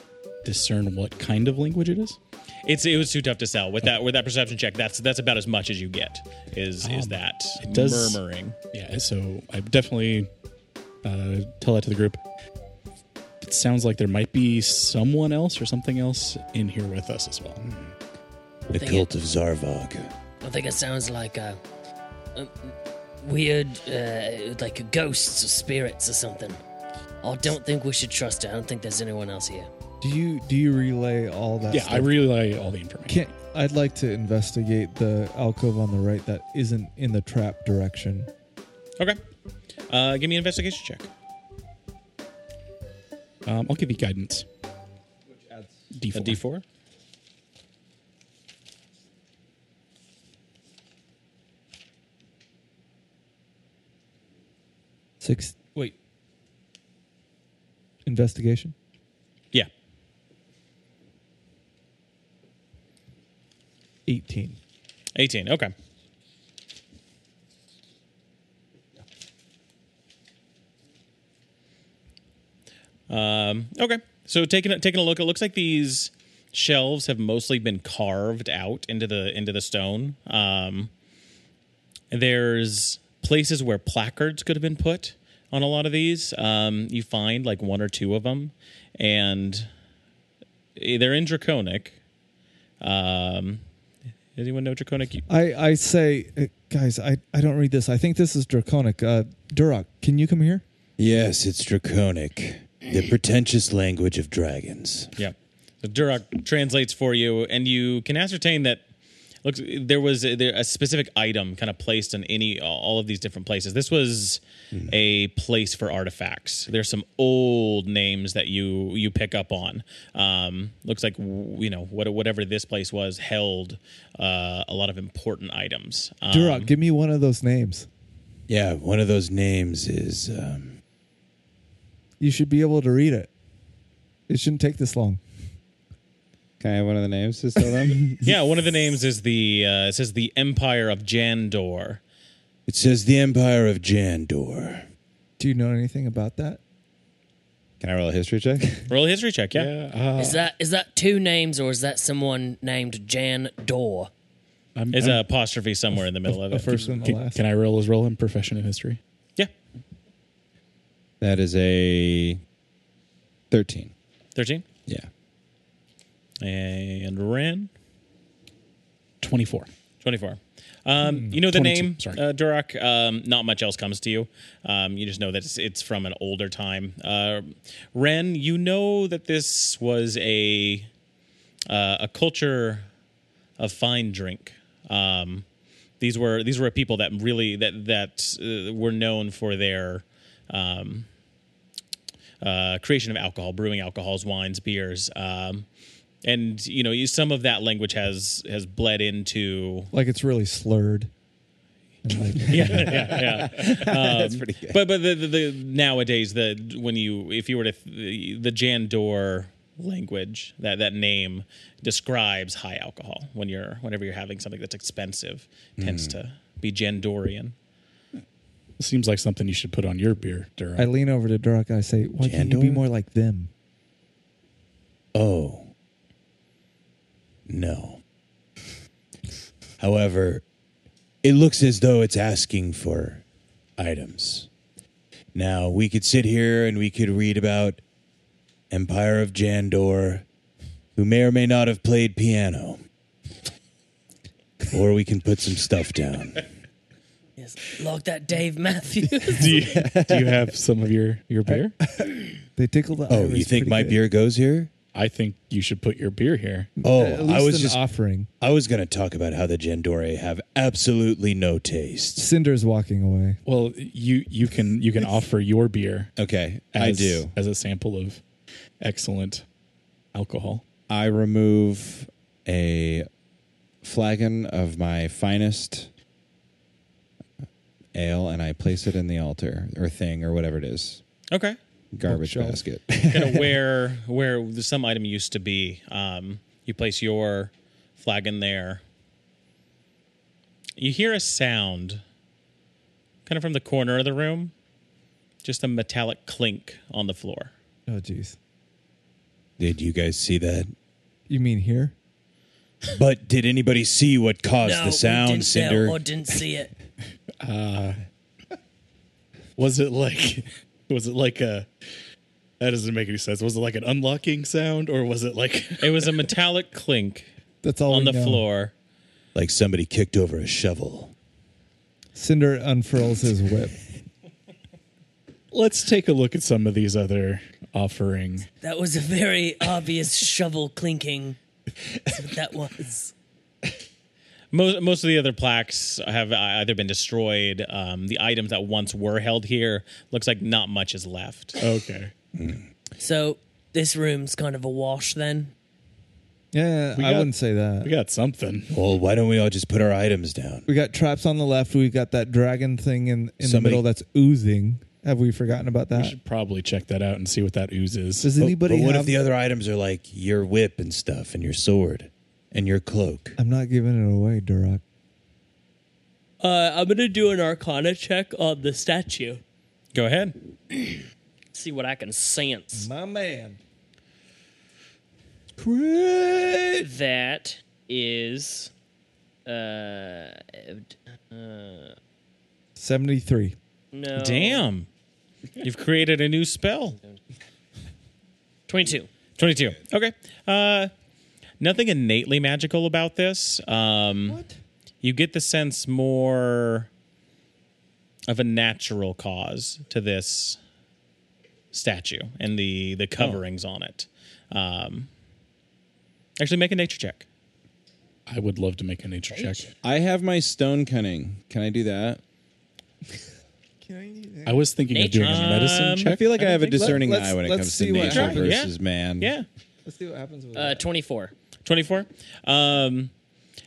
discern what kind of language it is? It's it was too tough to sell with that with that perception check. That's that's about as much as you get. Is is that Um, It does murmuring? Yeah, so I definitely uh, tell that to the group. It sounds like there might be someone else or something else in here with us as well. The Dang cult of Zarvog. I think it sounds like uh, um, weird, uh, like ghosts or spirits or something. I don't think we should trust it. I don't think there's anyone else here. Do you do you relay all that? yeah, stuff? I relay all the information. Can't, I'd like to investigate the alcove on the right that isn't in the trap direction. Okay, uh, give me an investigation check. Um, I'll give you guidance. D4. A D four. Six. Wait. Investigation. Yeah, Eighteen. eighteen. Okay. Um, okay. So taking a- taking a look, it looks like these shelves have mostly been carved out into the into the stone. Um, there's places where placards could have been put on a lot of these. Um, you find like one or two of them, and eh, they're in draconic. Um, does anyone know draconic? I I say, uh, guys, I I don't read this. I think this is draconic. Uh, Duroc, can you come here? Yes, it's draconic. The pretentious language of dragons. Yeah. The Duroc translates for you, and you can ascertain that. Looks, there was a, there, a specific item kind of placed in any all of these different places. This was a place for artifacts. There's some old names that you you pick up on. Um, looks like w- you know what, whatever this place was held uh, a lot of important items. Um, Duroc, give me one of those names. Yeah, one of those names is. Um, You should be able to read it. It shouldn't take this long. Can I have one of the names to tell them? yeah, one of the names is the uh, it says the Empire of Jandor. it says the Empire of Jandor. Do you know anything about that? Can I roll a history check? Roll a history check. Yeah. Oh. Is that is that two names or is that someone named Jan Dor? I'm, There's I'm- an apostrophe somewhere in the middle of a it. first and the can, last. uh, can I roll as roll in profession in history? Yeah. That is a 13. 13. Yeah. And Ren, 24. 24. Um, you know the 22, name, sorry. uh, Durak. Um, not much else comes to you. Um, you just know that it's, it's from an older time. Uh, Ren, you know that this was a uh, a culture of fine drink. Um, these were these were a people that really that that uh, were known for their um, uh, creation of alcohol, brewing alcohols, wines, beers, um, and you know you- some of that language has has bled into Like it's really slurred. And [laughs] like, [laughs] That's pretty good. Um, but but the, the, the nowadays the when you if you were to the, the Jandor language that that name describes high alcohol when you're whenever you're having something that's expensive tends Mm. to be Jandorian. This seems like something you should put on your beer, Dura. I lean over to Duroc and I say, "Why can't you be Jandor? more like them?" Oh. No. However, it looks as though it's asking for items. Now, we could sit here and we could read about Empire of Jandor, who may or may not have [laughs] played piano. Or we can put some stuff down. Yeah, Like that Dave Matthews. [laughs] Do you, do you have some of your your beer? They tickle the. Oh, you think my beer goes here? I think you should put your beer here. Oh, At least I was an just offering. I was going to talk about how the Jandore have absolutely no taste. Cinder's walking away. Well, you you can you can offer your beer. Okay, As, I do. as a sample of excellent alcohol. I remove a flagon of my finest ale and I place it in the altar or thing or whatever it is. Okay. Garbage basket. [laughs] kind of where where some item used to be. Um, you place your flagon there. You hear a sound, kind of from the corner of the room, just a metallic clink on the floor. Oh, jeez. Did you guys see that? You mean here? But did anybody see what caused no, we the didn't sound, Cinder? Know, or didn't see it. Was it like [laughs] was it like a that doesn't make any sense. Was it like an unlocking sound or was it like [laughs] It was a metallic [laughs] clink That's all on we the know. floor. Like somebody kicked over a shovel. Cinder unfurls his [laughs] whip. let's take a look at some of these other offering. That was a very [laughs] obvious shovel clinking. That's what that was. Most, most of the other plaques have e-, either been destroyed. Um, the items that once were held here looks like not much is left. Okay. So this room's kind of a wash then. Yeah, I got- wouldn't say that. We got something. Well, why don't we all just put our items down? We got traps on the left. We got that dragon thing in, in the Somebody- middle that's oozing. Have we forgotten about We that? should probably check that out and see what that ooze is. Does anybody but what have if the other items are like your whip and stuff and your sword and your cloak? I'm not giving it away, Duroc. Uh, I'm gonna do an Arcana check on the statue. Go ahead. See what I can sense. My man. That is, uh, uh 73. no, Damn. You've created a new spell. twenty-two. 22. Okay. Uh, nothing innately magical about this. Um, what? You get the sense more of a natural cause to this statue and the, the coverings on it. Um, actually, make a nature check. I would love to make a nature check. I have my stone cunning. Can I do that? I was thinking of doing a medicine Um, I check. feel like I, have a let- discerning let's- eye when it let's comes see to what nature happens. versus man. Yeah. Let's see what happens with Uh, twenty-four. 24 um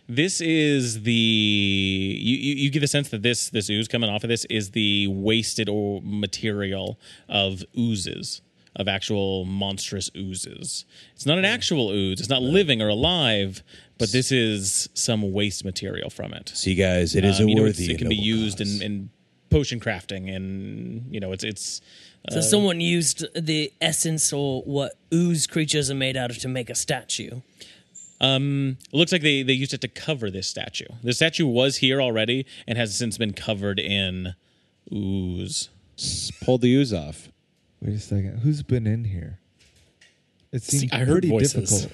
this is the you, you you get the sense that this this ooze coming off of this is the wasted or material of oozes of actual monstrous oozes it's not an Hmm. actual ooze it's not living or alive but this is some waste material from it See, guys, Uh, it is Um, a you know, it's- worthy. it can be noble used cause. in, in potion crafting and you know it's it's Uh, So someone used the essence or what ooze creatures are made out of to make a statue. Um, It looks like they, they used it to cover this statue. The statue was here already and has since been covered in ooze. Pull the ooze off. Wait a second. Who's been in here? It seems I heard pretty voices. difficult.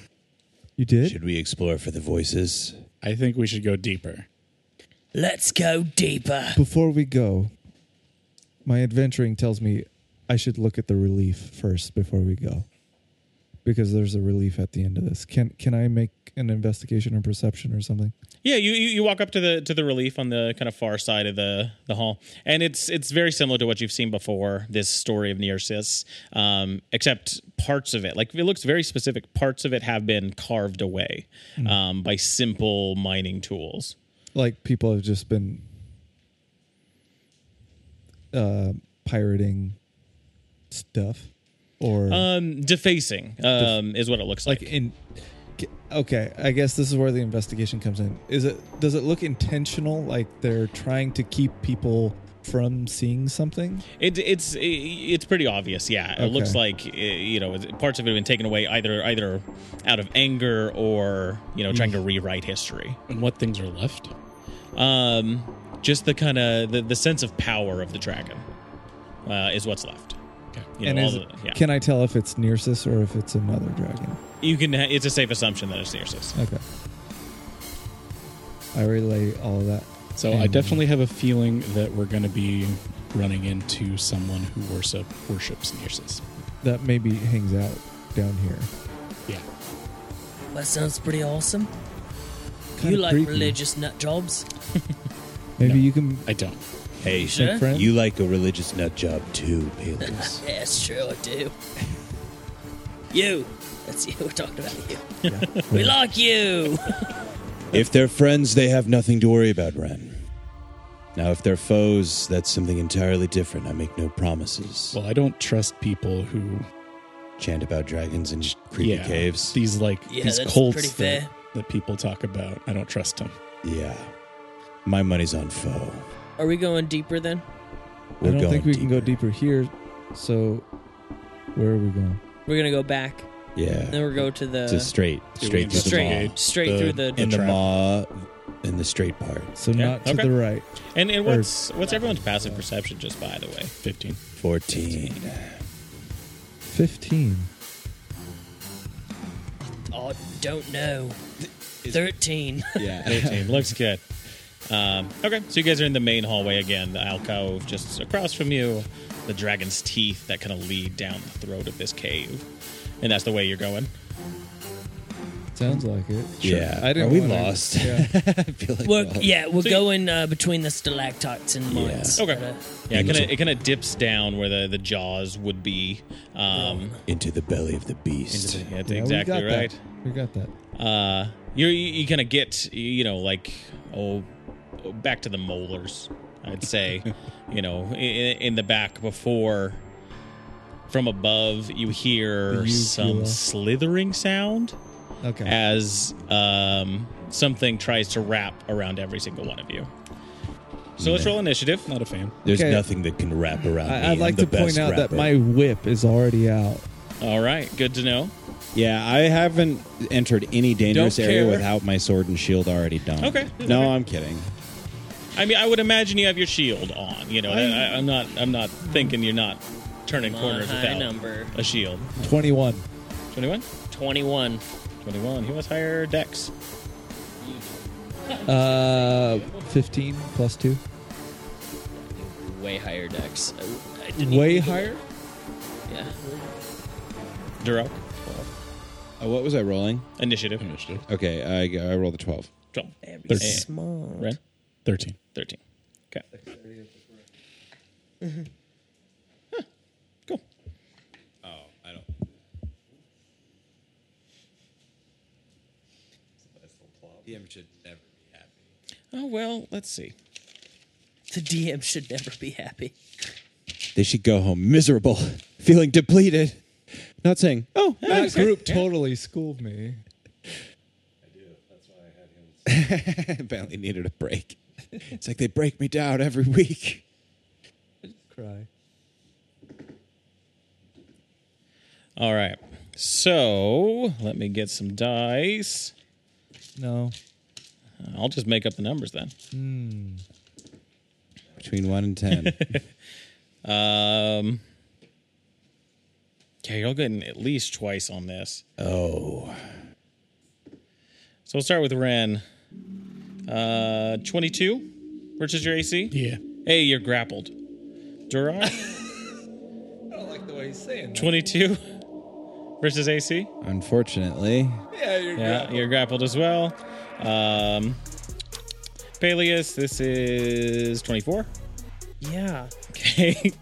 You did? Should we explore for the voices? I think we should go deeper. Let's go deeper. Before we go, my adventuring tells me I should look at the relief first before we go. Because there's a relief at the end of this. Can can I make an investigation or perception or something? Yeah, you, you you walk up to the to the relief on the kind of far side of the, the hall, and it's it's very similar to what you've seen before. This story of Nearsis, um, except parts of it, like it looks very specific. Parts of it have been carved away um, by simple mining tools. Like people have just been uh, pirating stuff or Uh, Um, defacing um, is what it looks like like. in K- okay i guess this is where the investigation comes in is it does it look intentional like they're trying to keep people from seeing something It, it's it's pretty obvious, yeah. It Okay. looks like eh, you know parts of it have been taken away either either out of anger or you know Mm. trying to rewrite history. And what things are left? Um, just the kind of the, the sense of power of the dragon uh, is what's left. You and know, all is, the, yeah. can i tell if it's nearsis or if it's another dragon you can. ha- Uh, It's a safe assumption that it's Nearsis. okay i relay all of that So I definitely have a feeling that we're going to be running into someone who worship, worships Nearsis. that maybe hangs out down here. Yeah. That sounds pretty awesome. Kinda you like creepy. religious nut jobs? Maybe you can. I don't. Hey, Sure. friend? you like a religious nut job too, Palis. Yeah, it's true, I do. [laughs] You. That's you. [laughs] We're talking about you. [laughs] we like you. if they're friends, they have nothing to worry about, Ren. Now, if they're foes, that's something entirely different. I make no promises. Well, I don't trust people who Chant about dragons and creepy yeah, caves. These like Yeah, these that's pretty cults fair. that, that people talk about. I don't trust them. Yeah. My money's on foe. Are we going deeper then? We're I don't going think we can go deeper here. So, where are we going? We're gonna go back. Then Yeah. we'll go to the uh, Just straight, straight through the straight, maw. straight through the. In the maw, in the straight part. So Yeah, not to okay. the right. And, and what's what's everyone's passive perception? Just by the way, Fifteen. 14. Fifteen. oh, don't know. Thirteen. [laughs] [laughs] Yeah. eighteen looks good. Um, okay, so you guys are in the main hallway again, the alcove just across from you, the dragon's teeth that kind of lead down the throat of this cave, and that's the way you're going. Sounds like it. Yeah. I didn't. Are we wanna- lost? Yeah. [laughs] I feel like We're, we're all- yeah, we're So you- going uh, between the stalactites and mines. uh, Okay. Gotta- Yeah, it kind of it kind of dips down where the, the jaws would be. Um, into the belly of the beast. into the- yeah, Yeah, we exactly got that. right. We got that. Uh, you you kind of get you know like oh back to the molars. [laughs] I'd say you know in, in the back before from above you hear The some uvula. slithering sound Okay. as um, something tries to wrap around every single one of you. So let's roll initiative. Not a fan. There's Okay. nothing that can wrap around me. I, I'd I'm like the to point best out that rapper. my whip is already out. All right, good to know. Yeah, I haven't entered any dangerous Don't area care. without my sword and shield already done. Okay. No, Okay. I'm kidding. I mean, I would imagine you have your shield on. You know, that- I, I'm not. I'm not thinking you're not turning Come on, corners high without number. a shield. Twenty-one. 21? Twenty-one. 21. He was higher dex. Uh, fifteen plus two. Way higher decks. I, I didn't Way even Google higher. it. Yeah. Durok. Uh, what was I rolling? Initiative. Okay, I, I rolled a 12. 12. Very Thirteen. small. Ren? Thirteen. 13. Okay. Huh. Cool. I don't. DM should never be happy. Oh, well, let's see. The DM should never be happy. They should go home miserable, [laughs] feeling depleted. Not saying, oh, That group totally schooled me. I [laughs] apparently needed a break. [laughs] It's like they break me down every week. Cry. All right. So let me get some dice. No. I'll just make up the numbers then. Between 1 and 10. Um, yeah, you're all getting at least twice on this. Oh, So we'll start with Ren. Uh, 22, which is your AC. Yeah. Hey, you're grappled. [laughs] Durok, I don't like the way he's saying. 22 versus AC. Unfortunately, Yeah, you're Yeah, you're grappled as well. Um, Peleus, this is 24. Yeah. [laughs] Okay.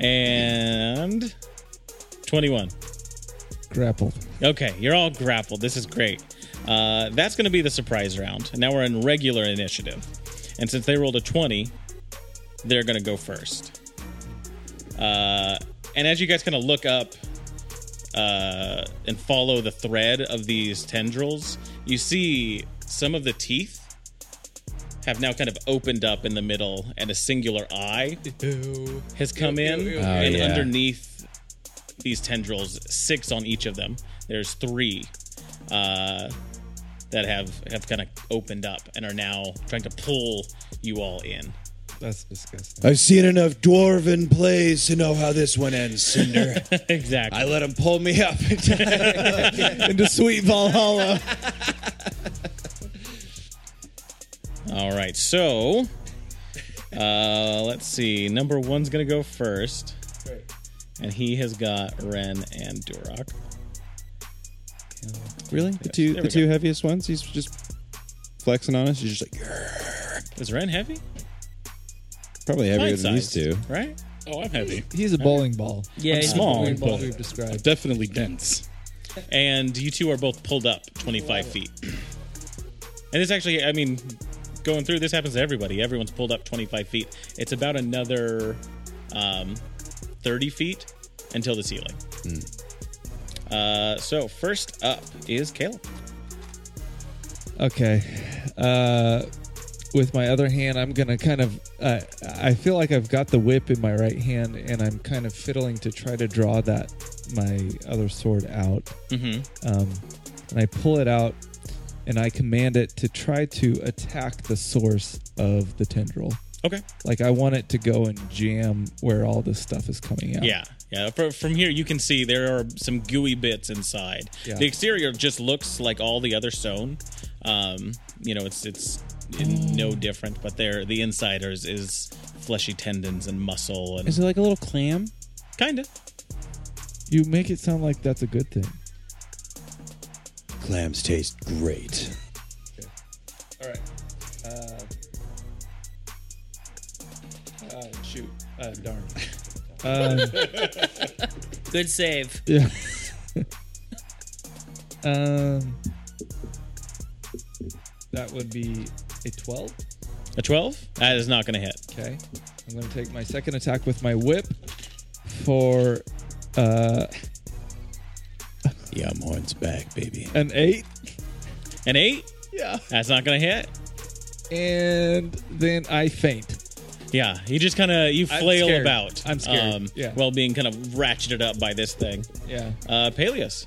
and 21. grappled. Okay, you're all grappled. This is great. Uh, that's going to be the surprise round. And now we're in regular initiative. And since they rolled a 20, they're going to go first. Uh, and as you guys kind of look up uh, and follow the thread of these tendrils, you see some of the teeth have now kind of opened up in the middle, and a singular eye has come in. Oh, and yeah. underneath these tendrils, six on each of them, there's three uh, that have, have kind of opened up and are now trying to pull you all in. That's disgusting. I've seen enough dwarven plays to know how this one ends, Cinder. [laughs] Exactly. I let him pull me up [laughs] into sweet Valhalla. All right, so uh, let's see. Number one's gonna go first, and he has got Ren and Duroc. Really? The two, There the we two go. heaviest ones? He's just flexing on us. He's just like Is Ren heavy? probably heavier than these Pint-sized, two. Right? Oh, I'm heavy. He's a bowling ball. Yeah, I'm he's a small, bowling ball. but- We've described. Definitely dense. and you two are both pulled up 25 feet. And this actually, I mean, going through this happens to everybody. Everyone's pulled up 25 feet. It's about another um, 30 feet until the ceiling. Uh, so first up is Caleb. Okay. Uh, with my other hand, I'm gonna kind of. Uh, I feel like I've got the whip in my right hand, and I'm kind of fiddling to try to draw that my other sword out. Mm-hmm. Um, and I pull it out, and I command it to try to attack the source of the tendril. Okay. Like I want it to go and jam where all this stuff is coming out. Yeah, yeah. Fro- from here, you can see there are some gooey bits inside. Yeah. The exterior just looks like all the other stone. Um, you know, it's it's no different, but there the inside is, is fleshy tendons and muscle and Is it like a little clam? kind of. You make it sound like that's a good thing. Clams taste great. All right. Uh, uh, shoot. Uh, darn. Good save. Yeah. [laughs] um, that would be a 12. A twelve that is not going to hit. Okay. I'm going to take my second attack with my whip for uh, Yum horns back, baby. an 8. An eight Yeah. that's not going to hit. And then I faint. Yeah, you just kind of you I'm flail scared. about. um, I'm scared, yeah. While being kind of ratcheted up by this thing. Yeah. Uh, Peleus.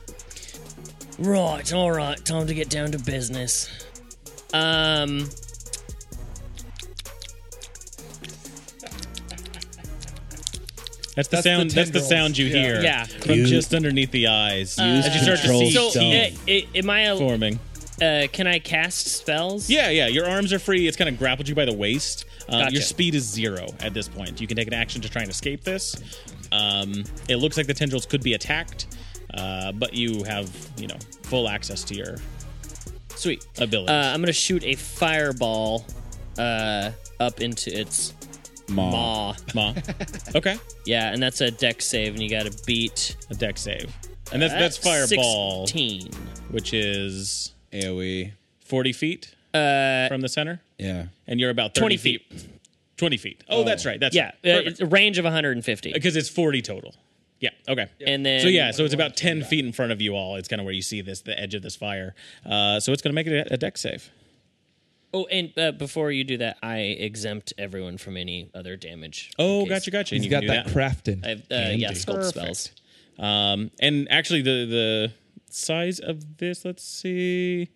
Right, all right, time to get down to business. Um. That's the That's the sound. that's the tendrils. sound you Yeah. hear. Yeah. From You- just underneath the eyes. Use Uh, as you start to control see So, Dumb. uh, teeth i- am I? al- forming. Uh, can I cast spells? Yeah, yeah. Your arms are free. It's kind of grappled you by the waist. Um, Gotcha. Your speed is zero at this point. You can take an action to try and escape this. Um, it looks like the tendrils could be attacked, uh, but you have you know full access to your Sweet. abilities. Uh, I'm gonna shoot a fireball uh, up into its Maw. maw. [laughs] Ma. Okay. Yeah, and that's a deck save, and you got to beat. uh, A deck save, and that's that's fireball, Sixteen. which is AoE. forty feet from the center, E. Yeah. and you're about 30 20 feet. Twenty feet. Oh, that's right. That's Yeah, uh, right. Perfect. it's a range of 150. because it's 40 total yeah okay And then- so yeah so it's about 10 feet in front of you all it's kind of where you see this the edge of this fire uh, so it's going to make it a, a deck save Oh, and uh, before you do that, I exempt everyone from any other damage. oh In case- gotcha gotcha and He's you got can do that, crafting. I have, uh, yeah, sculpt spells. um, and actually the the size of this let's see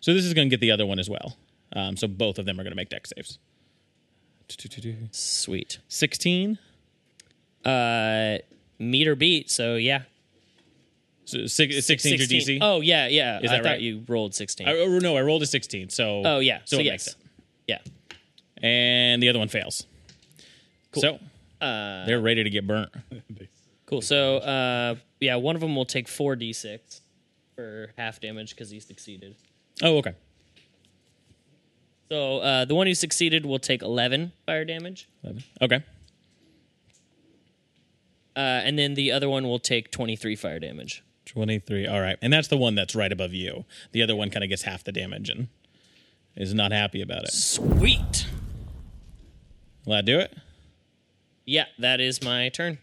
so this is going to get the other one as well um, so both of them are going to make deck saves Sweet. 16 Uh, meter beat. So yeah, so six, 16 's your dc Oh yeah, yeah. Is I that thought right? you rolled sixteen. I, oh, no i rolled a 16 so oh yeah. So, so, it yes. makes it Yeah. and the other one fails. So they're ready to get burnt. Cool. So uh, yeah, one of them will take four d six for half damage because he succeeded. Oh, okay. So uh, the one who succeeded will take eleven fire damage, Okay. uh, and then the other one will take twenty three fire damage. 23. All right. And that's the one that's right above you. The other one kind of gets half the damage and is not happy about it. Sweet. Will that do it? Yeah, that is my turn.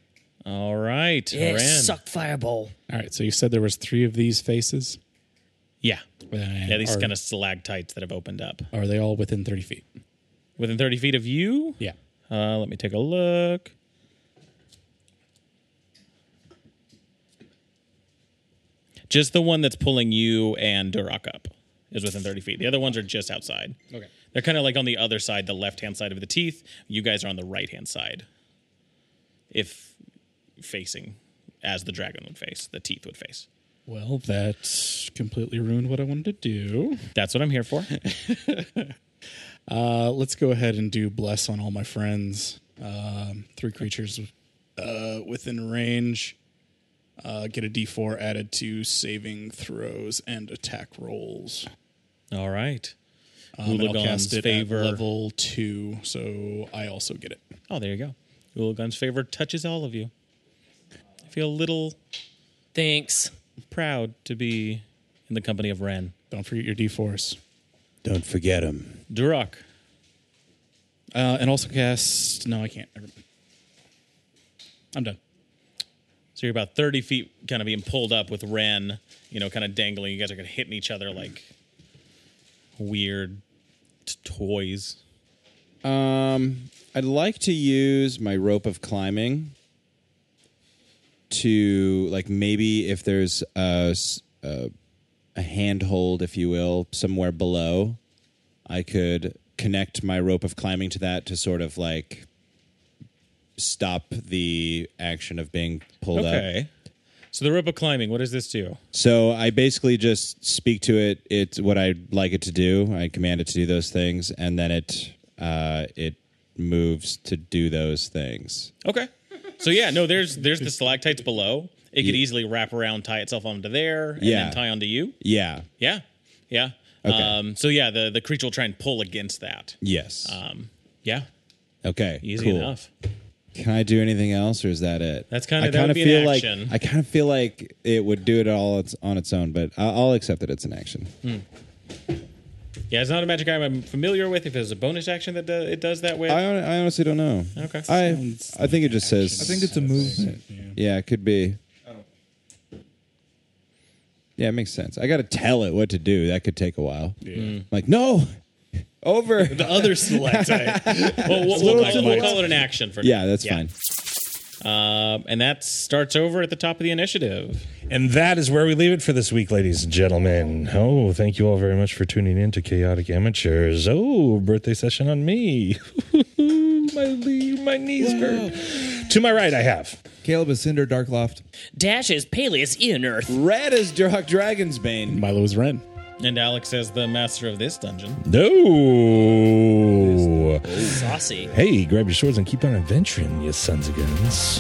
All right. Yeah, Ren. suck fireball. All right, so you said there was three of these faces. Yeah. And Yeah, these are, kind of stalactites that have opened up. are they all within thirty feet? Within 30 feet of you? Yeah. Uh, let me take a look. Just the one that's pulling you and Duroc up is within 30 feet. The other ones are just outside. Okay. They're kind of like on the other side, the left hand side of the teeth. You guys are on the right hand side. If facing as the dragon would face, the teeth would face. Well, that completely ruined what I wanted to do. That's what I'm here for. Uh, let's go ahead and do bless on all my friends. Um, three creatures uh, within range. Uh, get a D4 added to saving throws and attack rolls. All right. Um, and I'll cast Woolagon's it favor. at level two, so I also get it. Oh, there you go. Woolagon's favor touches all of you. I feel a little Thanks. proud to be in the company of Ren. Don't forget your D4s. Don't forget him. Durak. Uh, and also cast. No, I can't. Never mind. I'm done. So you're about 30 feet kind of being pulled up with Ren, you know, kind of dangling. You guys are kind of hitting each other like weird t- toys. Um, I'd like to use my rope of climbing to like maybe if there's a s- a, a handhold, if you will, somewhere below, I could connect my rope of climbing to that to sort of like stop the action of being pulled up. Okay. So the rope of climbing, what does this do? So I basically just speak to it. It's what I'd like it to do. I command it to do those things, and then it uh, it moves to do those things. Okay. So yeah, no, there's there's the stalactites below. It could Yeah. easily wrap around, tie itself onto there, and Yeah. then tie onto you. Yeah. Yeah. Yeah. Okay. Um, so yeah, the, the creature will try and pull against that. Yes. Um, yeah. okay. Easy cool. enough. Can I do anything else, or is that it? That's kinda- I that kinda would be an feel like action. I kind of feel like it would do it all its- on its own, but I- I'll accept that it's an action. Yeah, it's not a magic item I'm familiar with. If there's a bonus action that do, it does that with, I, hon- I honestly don't know. Okay. I I think it just says. I think it's a movement. Yeah, it could be. Yeah, it makes sense. I got to tell it what to do. That could take a while. Like, no, over. The [laughs] other selectite. Well, we'll, we'll, call, we'll call it an action for yeah, that's fine. Um, and that starts over at the top of the initiative. And that is where we leave it for this week, ladies and gentlemen. Oh, thank you all very much for tuning in to Chaotic Amateurs. Oh, birthday session on me. [laughs] my, le- my knees hurt. To my right, I have. Caleb is Cinder Darkloft. Dash is Peleus Ian Earth. Red is Dark Dragon's Bane. Milo's Ren. And Alex as the master of this dungeon. No. Saucy. Hey, grab your swords and keep on adventuring, you sons of guns.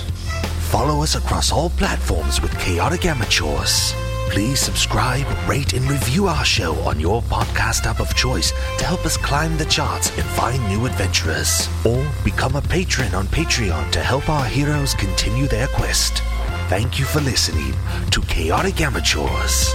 Follow us across all platforms with Chaotic Amateurs. Please subscribe, rate, and review our show on your podcast app of choice to help us climb the charts and find new adventurers. Or become a patron on Patreon to help our heroes continue their quest. Thank you for listening to Chaotic Amateurs.